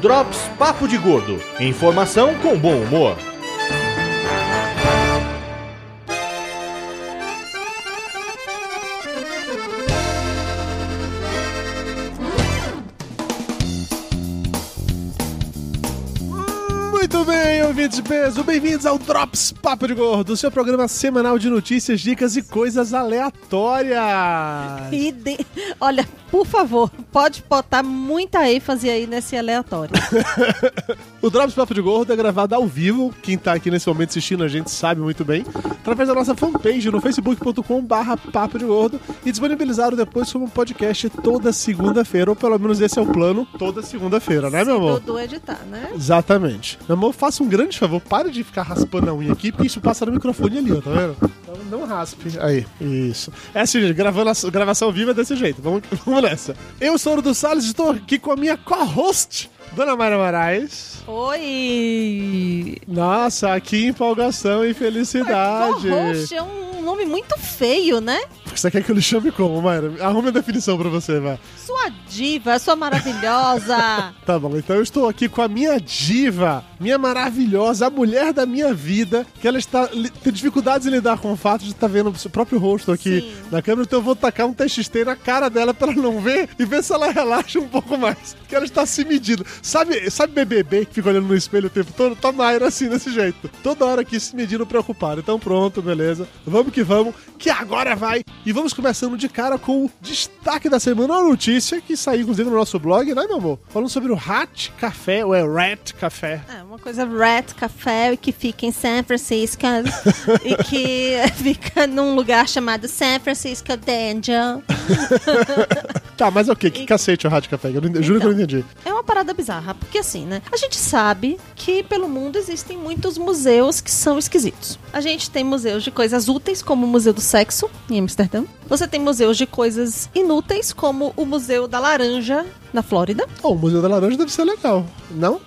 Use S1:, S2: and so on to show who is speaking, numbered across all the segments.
S1: Drops Papo de Gordo. Informação com bom humor.
S2: Muito bem, ouvintes de peso, bem-vindos ao Drops Papo de Gordo, seu programa semanal de notícias, dicas e coisas aleatórias.
S3: E de- Olha, por favor, pode botar muita ênfase aí nesse aleatório.
S2: O Drops Papo de Gordo é gravado ao vivo, quem tá aqui nesse momento assistindo a gente sabe muito bem, através da nossa fanpage no facebook.com barra papo de gordo e disponibilizado depois como podcast toda segunda-feira, ou pelo menos esse é o plano, toda segunda-feira, né meu amor?
S3: Se Dudu editar, né?
S2: Exatamente. Meu amor, faça um grande favor, pare de ficar raspando a unha aqui, porque isso passa no microfone ali, ó, tá vendo? Então não raspe. Aí, isso. É assim, gente, gravando a gravação viva é desse jeito. Vamos, vamos nessa. Eu sou o do Salles e estou aqui com a minha co-host, Dona Mara Moraes.
S3: Oi!
S2: Nossa, que empolgação e felicidade.
S3: Roxo é um nome muito feio, né?
S2: Você quer que eu lhe chame como, Mayra? Arrume a definição pra você, vai.
S3: Sua diva, sua maravilhosa.
S2: Tá bom, então eu estou aqui com a minha diva, minha maravilhosa, a mulher da minha vida, que ela está li- tem dificuldades em lidar com o fato de estar vendo o seu próprio rosto aqui
S3: Sim.
S2: na câmera, então eu vou tacar um TXT na cara dela pra ela não ver e ver se ela relaxa um pouco mais, que ela está se medindo. Sabe, sabe BBB que fica olhando no espelho o tempo todo? Tá Mayra assim, desse jeito. Toda hora aqui se medindo preocupada. Então pronto, beleza. Vamos que vamos, que agora vai. E vamos começando de cara com o destaque da semana, uma notícia que saiu inclusive no nosso blog, né, meu amor? Falando sobre o Rat Café, ou é Rat Café.
S3: É, uma coisa Rat Café que fica em San Francisco e que fica num lugar chamado San Francisco Danger.
S2: Tá, mas é o quê? Que cacete o Rat Café? Eu, não entendi- juro que eu não entendi.
S3: É uma parada bizarra, porque assim, né? A gente sabe que pelo mundo existem muitos museus que são esquisitos. A gente tem museus de coisas úteis, como o Museu do Sexo, em Amsterdã. Você tem museus de coisas inúteis, como o Museu da Laranja, na Flórida.
S2: Oh, o Museu da Laranja deve ser legal, não?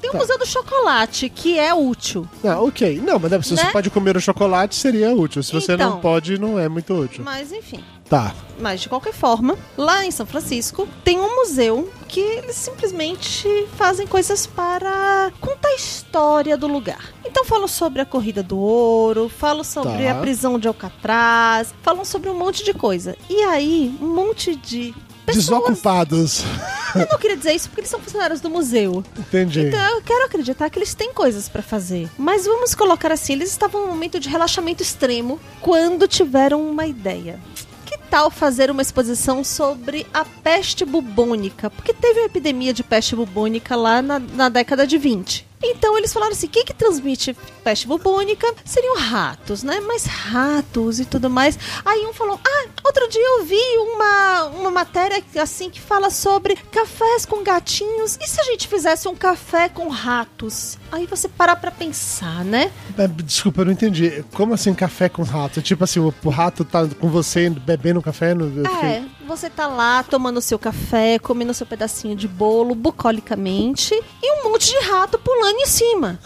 S3: Tem o
S2: Tá.
S3: Museu do Chocolate, que é útil.
S2: Ah, ok. Não, mas se você
S3: Né?
S2: pode comer o chocolate, seria útil. Se você não
S3: Então.
S2: pode, não é muito útil.
S3: Mas enfim.
S2: Tá.
S3: Mas de qualquer forma, lá em São Francisco tem um museu que eles simplesmente fazem coisas para contar a história do lugar. Então falam sobre a corrida do ouro, falam sobre
S2: Tá.
S3: a prisão de Alcatraz, falam sobre um monte de coisa. E aí, um monte de pessoas.
S2: Desocupados.
S3: Eu não queria dizer isso porque eles são funcionários do museu.
S2: Entendi.
S3: Então eu quero acreditar que eles têm coisas pra fazer. Mas vamos colocar assim, eles estavam num momento de relaxamento extremo quando tiveram uma ideia. Que tal fazer uma exposição sobre a peste bubônica? Porque teve uma epidemia de peste bubônica lá na, na década de 20. Então eles falaram assim: quem que transmite peste bubônica? Seriam ratos, né? Mas ratos e tudo mais. Aí um falou: ah, outro dia eu vi uma, uma matéria assim que fala sobre cafés com gatinhos. E se a gente fizesse um café com ratos? Aí você parar pra pensar, né?
S2: É, Desculpa, eu não entendi. Como assim café com rato? Tipo assim, o o rato tá com você bebendo café? No... eu fiquei-
S3: É, você tá lá tomando seu café, comendo seu pedacinho de bolo bucolicamente e um monte de rato pulando em cima.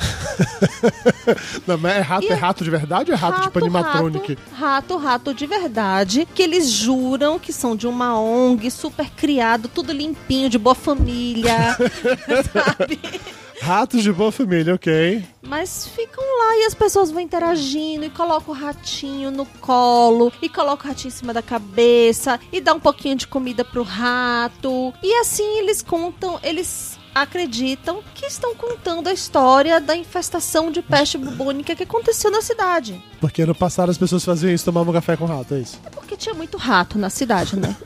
S2: Não, mas é rato,
S3: E
S2: é rato de verdade ou é rato, tipo animatronic?
S3: Rato, rato, rato de verdade, que eles juram que são de uma ONG, super criado, tudo limpinho, de boa família, sabe?
S2: Ratos de boa família, ok.
S3: Mas ficam lá e as pessoas vão interagindo e coloca o ratinho no colo e coloca o ratinho em cima da cabeça e dá um pouquinho de comida pro rato. E assim eles contam, eles acreditam que estão contando a história da infestação de peste bubônica que aconteceu na cidade.
S2: Porque no passado as pessoas faziam isso, tomavam café com rato, é isso?
S3: Porque tinha muito rato na cidade, né?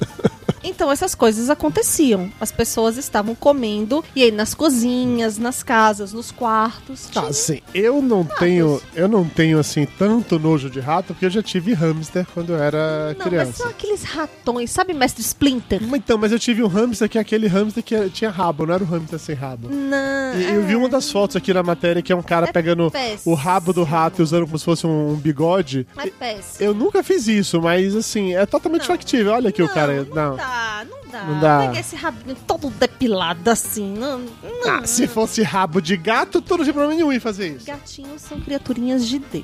S3: Então essas coisas aconteciam. As pessoas estavam comendo e aí nas cozinhas, nas casas, nos quartos.
S2: Tá,
S3: tinha-
S2: assim, eu não tenho, eu não tenho assim tanto nojo de rato, porque eu já tive hamster quando eu era
S3: Não, mas são
S2: criança.
S3: aqueles ratões, sabe, mestre Splinter?
S2: Mas Então, mas eu tive um hamster que é aquele hamster que tinha rabo, não era um hamster sem rabo.
S3: Não.
S2: E eu vi uma das fotos aqui na matéria que é um cara
S3: É
S2: pegando
S3: péssimo.
S2: o rabo do rato e usando como se fosse um bigode.
S3: É péssimo.
S2: Eu nunca fiz isso, mas assim, é totalmente
S3: Não.
S2: factível. Olha aqui o
S3: Não, tá.
S2: cara.
S3: Não,
S2: Não.
S3: dá, não dá.
S4: Não dá.
S3: Pega esse rabinho todo depilado assim. Não, não.
S2: Ah, se fosse rabo de gato, tu não tinha problema nenhum em fazer isso.
S3: Gatinhos são criaturinhas de Deus.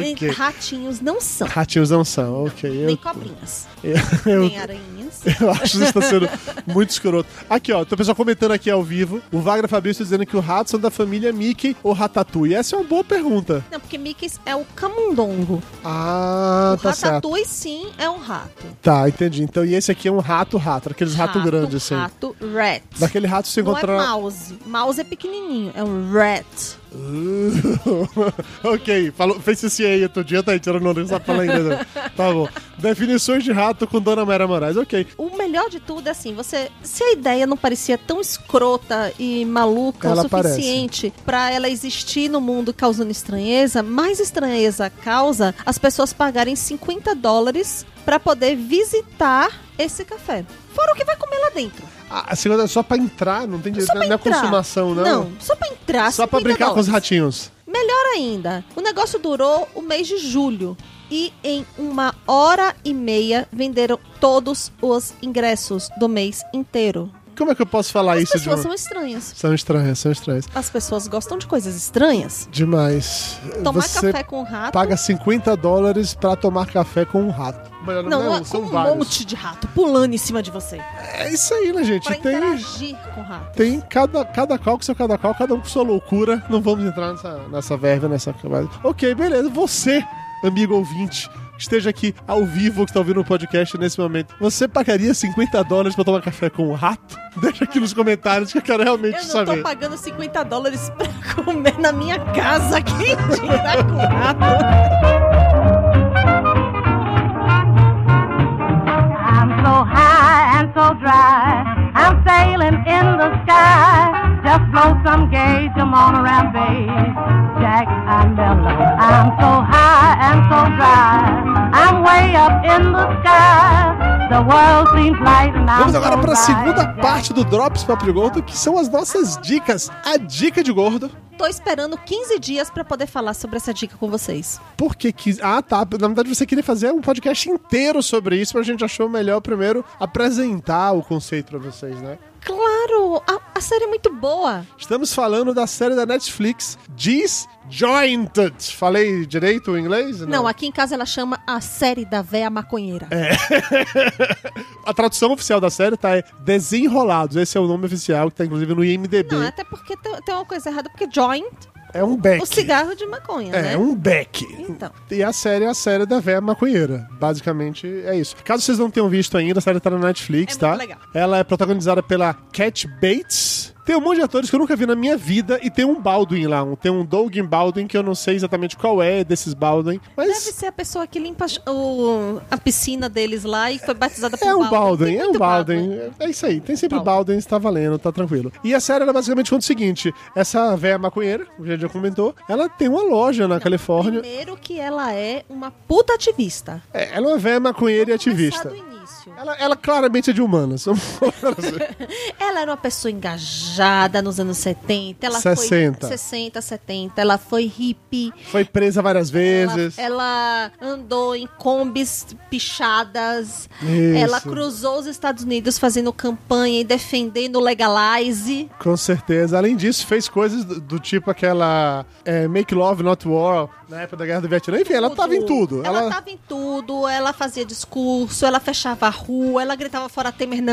S3: Nem
S2: ok.
S3: Ratinhos não são.
S2: Ratinhos não são, ok.
S3: Nem
S2: Eu,
S3: cobrinhas.
S2: eu,
S3: Nem aranhinhas.
S2: eu acho que isso tá sendo muito escroto. Aqui, ó, tem o pessoal comentando aqui ao vivo. O Wagner Fabrício dizendo que o rato são da família Mickey ou Ratatouille. Essa é uma boa pergunta.
S3: Não, porque Mickey é o camundongo.
S2: Ah,
S3: o
S2: tá certo.
S3: ratatouille, sim, é um rato.
S2: Tá, entendi. Então, e esse aqui é um rato-rato, aqueles rato, grande, assim.
S3: Rato, rat.
S2: Daquele rato se
S3: Não
S2: encontrar.
S3: é mouse. Mouse é pequenininho. É um rat.
S2: ok, falou, fez CCA outro dia, tá aí, tirando onda, não sabe falar inglês. né? Tá bom. Definições de rato com Dona Mera Moraes, ok.
S3: O melhor de tudo é assim, você, se a ideia não parecia tão escrota e maluca
S2: Ela
S3: o suficiente pra ela existir no mundo causando estranheza, mais estranheza causa as pessoas pagarem 50 dólares pra poder visitar esse café. Fora o que vai comer lá dentro.
S2: A a segunda é só pra entrar, não tem direito,
S3: Só
S2: não
S3: pra
S2: é
S3: entrar.
S2: consumação, não.
S3: Não, é só pra entrar.
S2: Só pra
S3: 50
S2: brincar com os
S3: dólares.
S2: ratinhos.
S3: Melhor ainda, o negócio durou o mês de julho e em uma hora e meia venderam todos os ingressos do mês inteiro.
S2: Como é que eu posso falar
S3: As
S2: isso de
S3: pessoas
S2: uma...
S3: são estranhas.
S2: São estranhas, são estranhas.
S3: As pessoas gostam de coisas estranhas.
S2: Demais.
S3: Tomar
S2: Você
S3: café com rato.
S2: paga 50 dólares pra tomar café com um rato. Melhor,
S3: Não, não, é-
S2: são
S3: com um
S2: vários.
S3: monte de rato pulando em cima de você.
S2: É isso aí, né, gente?
S3: Pra
S2: tem
S3: interagir com o rato.
S2: tem cada, cada qual com seu cada qual, cada um com sua loucura. Não vamos entrar nessa, nessa verve, nessa camada. Ok, beleza. Você, amigo ouvinte, que esteja aqui ao vivo, que está ouvindo o podcast nesse momento, você pagaria 50 dólares para tomar café com um rato? Deixa aqui nos comentários que eu quero realmente
S3: Eu não tô
S2: saber.
S3: pagando 50 dólares pra comer na minha casa. Quem dirá com rato?
S5: I'm so high and so dry. I'm sailing in the sky. Just blow some gauge, I'm on a rampage. Jack, I'm mellow. I'm so high and so dry. I'm way up in the sky. The world seems light and I'm
S2: Vamos agora
S5: so
S2: para a
S5: right.
S2: segunda
S5: Jack,
S2: parte do Drops Papo Gordo, que são as nossas dicas. A dica de gordo.
S3: Tô esperando 15 dias pra poder falar sobre essa dica com vocês.
S2: Por que quis. Ah, tá. Na verdade, você queria fazer um podcast inteiro sobre isso, mas a gente achou melhor primeiro apresentar o conceito para vocês, né?
S3: Claro, a, a série é muito boa.
S2: Estamos falando da série da Netflix Disjointed. Falei direito o inglês?
S3: Não, aqui em casa ela chama a série da véia maconheira.
S2: É. A tradução oficial da série tá é Desenrolados. Esse é o nome oficial que tá inclusive no IMDB.
S3: Não, até porque tem, tem uma coisa errada, porque joint,
S2: É um beck.
S3: o cigarro de maconha,
S2: É,
S3: né?
S2: um beck.
S3: Então.
S2: E a série é a série da véia maconheira. Basicamente é isso. Caso vocês não tenham visto ainda, a série tá na Netflix,
S3: É
S2: tá?
S3: muito legal.
S2: Ela é protagonizada pela Cat Bates. Tem um monte de atores que eu nunca vi na minha vida e tem um Baldwin lá. Um, tem um Doug Baldwin que eu não sei exatamente qual é desses Baldwin.
S3: Deve
S2: Mas
S3: ser a pessoa que limpa o- a piscina deles lá e foi batizada por
S2: É um Balden,
S3: Tem
S2: é um
S3: muito
S2: Balden. É isso aí, tem sempre
S3: Balden.
S2: Balden, está valendo, tá tranquilo. E a série era basicamente conta o seguinte: essa velha maconheira, o gente já comentou, ela tem uma loja na Califórnia.
S3: Primeiro que ela é uma puta ativista.
S2: É, ela é uma velha maconheira e
S3: Começar
S2: ativista.
S3: do início.
S2: Ela, ela claramente é de humanas.
S3: Ela era uma pessoa engajada nos anos 70. Ela
S2: 60.
S3: foi 60, 70. Ela foi hippie.
S2: Foi presa várias vezes.
S3: Ela, ela andou em combis pichadas.
S2: Isso.
S3: Ela cruzou os Estados Unidos fazendo campanha e defendendo o legalize.
S2: Com certeza. Além disso, fez coisas do, do tipo aquela é, Make Love, Not War, na época da Guerra do Vietnã. Enfim, ela tava em tudo.
S3: Ela, tá tava em tudo. Ela fazia discurso, ela fechava a rua, ela gritava fora Temer não.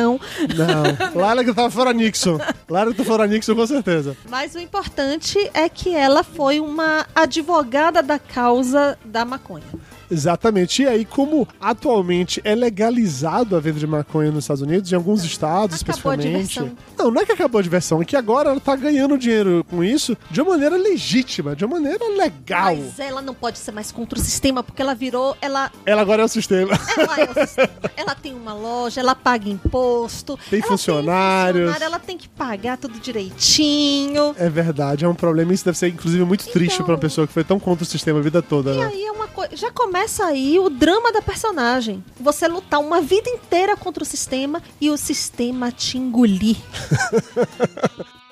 S2: Não. Lá ela que tava fora Nixon. Lá ela que tava fora Nixon, com certeza.
S3: Mas o importante é que ela foi uma advogada da causa da maconha.
S2: Exatamente. E aí, como atualmente é legalizado a venda de maconha nos Estados Unidos, em alguns estados
S3: Acabou a
S2: especificamente.
S3: diversão.
S2: Não, não é que acabou a diversão, é que agora ela tá ganhando dinheiro com isso de uma maneira legítima, de uma maneira legal.
S3: Mas ela não pode ser mais contra o sistema porque ela virou, ela,
S2: Ela agora é o sistema.
S3: ela é o sistema. Ela tem uma loja, ela paga imposto.
S2: Tem
S3: ela um
S2: funcionários.
S3: funcionário, ela tem que pagar tudo direitinho.
S2: É verdade, é um problema. Isso deve ser, inclusive, muito triste
S3: Então.
S2: pra uma pessoa que foi tão contra o sistema a vida toda,
S3: E
S2: né?
S3: aí é uma coisa. Já começa aí o drama da personagem. Você lutar uma vida inteira contra o sistema e o sistema te engolir.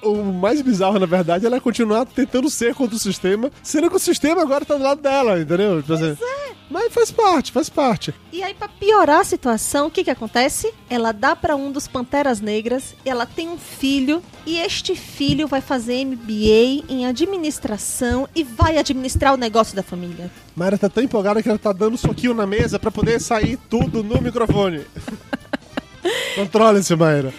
S2: O mais bizarro, na verdade, é ela continuar tentando ser contra o sistema, sendo que o sistema agora tá do lado dela, entendeu? Tipo assim, Mas faz parte, faz parte.
S3: E aí, pra piorar a situação, o que que acontece? Ela dá pra um dos Panteras Negras, ela tem um filho, e este filho vai fazer MBA em administração e vai administrar o negócio da família.
S2: Mayra tá tão empolgada que ela tá dando soquinho na mesa pra poder sair tudo no microfone. Controle-se, Mayra.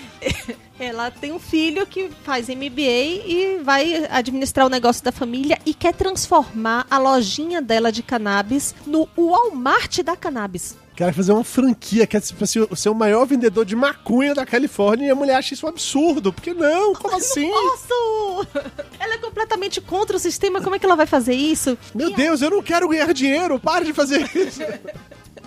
S3: Ela tem um filho que faz MBA e vai administrar o negócio da família e quer transformar a lojinha dela de cannabis no Walmart da cannabis.
S2: Quer fazer uma franquia, quer ser- ser ser o maior vendedor de maconha da Califórnia e a mulher acha isso um absurdo. Por que não? Como assim?
S3: Nossa! Ela é completamente contra o sistema, como é que ela vai fazer isso?
S2: Meu Deus, eu não quero ganhar dinheiro, para de fazer isso.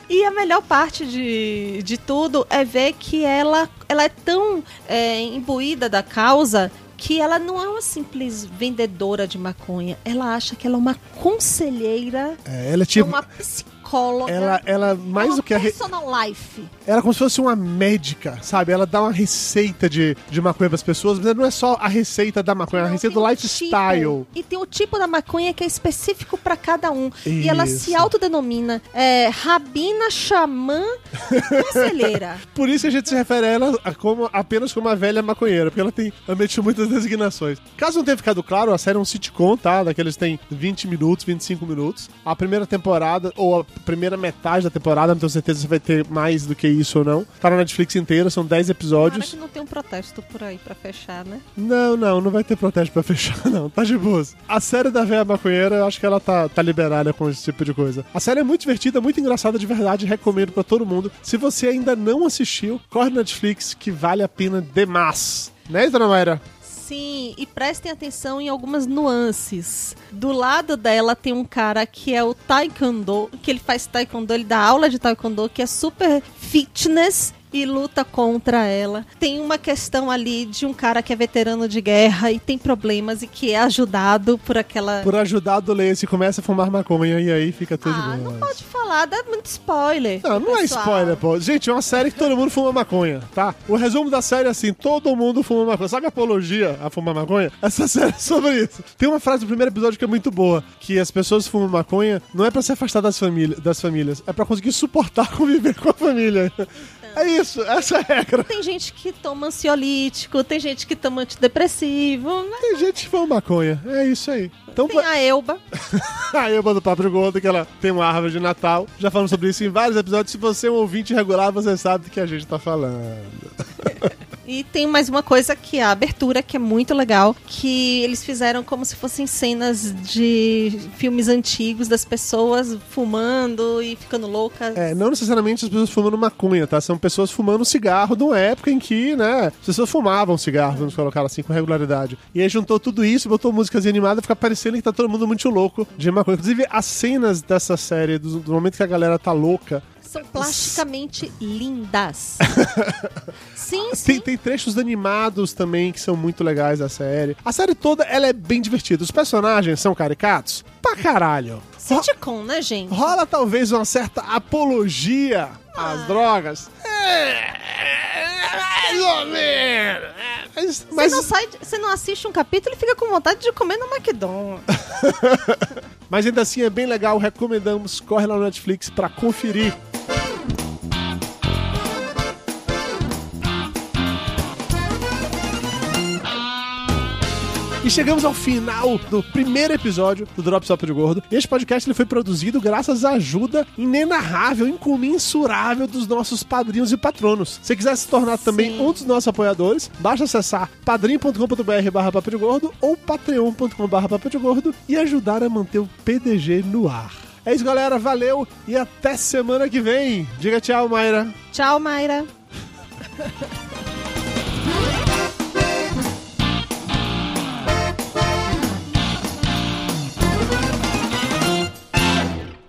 S3: E a melhor parte de, de tudo é ver que ela, ela é tão é, imbuída da causa que ela não é uma simples vendedora de maconha. Ela acha que ela é uma conselheira,
S2: É, ela é
S3: é
S2: tipo.
S3: uma psicóloga.
S2: Ela, ela mais
S3: uma
S2: do que a. re-
S3: É um personal life.
S2: Ela é como se fosse uma médica, sabe? Ela dá uma receita de, de maconha pras pessoas, mas não é só a receita da maconha, é a
S3: Não,
S2: receita
S3: tem
S2: do
S3: um
S2: lifestyle.
S3: tipo. e tem o tipo da maconha que é específico pra cada um. E ela se
S2: Isso.
S3: autodenomina é, rabina, xamã, conselheira.
S2: Por isso a gente se refere a ela a- como, apenas como a velha maconheira, porque ela tem realmente muitas designações. Caso não tenha ficado claro, a série é um sitcom, tá? Daqueles tem 20 minutos, 25 minutos. A primeira temporada, ou a primeira metade da temporada, não tenho certeza se vai ter mais do que isso ou não. Tá na Netflix inteira, são 10
S3: Tomara
S2: episódios.
S3: que não tem um protesto por aí pra fechar, né?
S2: Não, não, não vai ter protesto pra fechar, não. Tá de boas. A série da Véia Maconheira, eu acho que ela tá, tá liberada com esse tipo de coisa. A série é muito divertida, muito engraçada, de verdade. Recomendo pra todo mundo. Se você ainda não assistiu, corre na Netflix, que vale a pena demais. Né, Dona Mayra?
S3: Sim, e prestem atenção em algumas nuances. Do lado dela tem um cara que é o taekwondo, que ele faz taekwondo, ele dá aula de taekwondo, que é super fitness e luta contra ela. Tem uma questão ali de um cara que é veterano de guerra e tem problemas e que é ajudado por aquela
S2: Por ajudar a adolescente, começa a fumar maconha e aí fica tudo
S3: Ah,
S2: bom.
S3: não pode falar, dá muito spoiler.
S2: Não, não é
S3: pessoal.
S2: spoiler, pô. Gente, é uma série que todo mundo fuma maconha, tá? O resumo da série é assim: todo mundo fuma maconha. Sabe a apologia a fumar maconha? Essa série é sobre isso. Tem uma frase do primeiro episódio que é muito boa: que as pessoas que fumam maconha não é pra se afastar das, família, das famílias, é pra conseguir suportar conviver com a família.
S3: Então.
S2: É isso, essa é a regra.
S3: Tem gente que toma ansiolítico, tem gente que toma antidepressivo, né?
S2: Tem gente que fuma maconha, é isso aí. Então,
S3: tem a Elba.
S2: A Eva do Papo de Gordo, que ela tem uma árvore de Natal. Já falamos sobre isso em vários episódios. Se você é um ouvinte regular, você sabe do que a gente tá falando.
S3: E tem mais uma coisa que é a abertura, que é muito legal, que eles fizeram como se fossem cenas de filmes antigos das pessoas fumando e ficando loucas.
S2: É, não necessariamente as pessoas fumando maconha, tá? São pessoas fumando cigarro de uma época em que, né, as pessoas fumavam cigarro, vamos colocar assim, com regularidade. E aí juntou tudo isso, botou músicas animadas, fica parecendo que tá todo mundo muito louco de maconha. Inclusive, as cenas dessa série, do, do momento que a galera tá louca,
S3: São plasticamente lindas. sim, sim.
S2: tem, tem trechos animados também que são muito legais da série. A série toda, ela é bem divertida. Os personagens são caricatos? Pra caralho.
S3: Sitcom, né, gente?
S2: Rola talvez uma certa apologia
S3: Ah.
S2: às drogas. É, Mais ou menos. É, Mas,
S3: Você
S2: mas,
S3: não, sai de- você não assiste um capítulo e fica com vontade de comer no McDonald's.
S2: mas ainda assim é bem legal, recomendamos. Corre lá no Netflix pra conferir. E chegamos ao final do primeiro episódio do Drops Papo de Gordo. Este podcast ele foi produzido graças à ajuda inenarrável, incomensurável dos nossos padrinhos e patronos. Se quiser se tornar também um dos nossos apoiadores, basta acessar padrim.com.br barra papo de gordo ou patreon.com barra papo de gordo e ajudar a manter o PDG no ar. É isso, galera. Valeu e até semana que vem. Diga tchau, Mayra.
S3: Tchau, Mayra.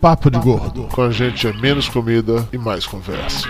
S4: Papo de Gordo. Com a gente é menos comida e mais conversa.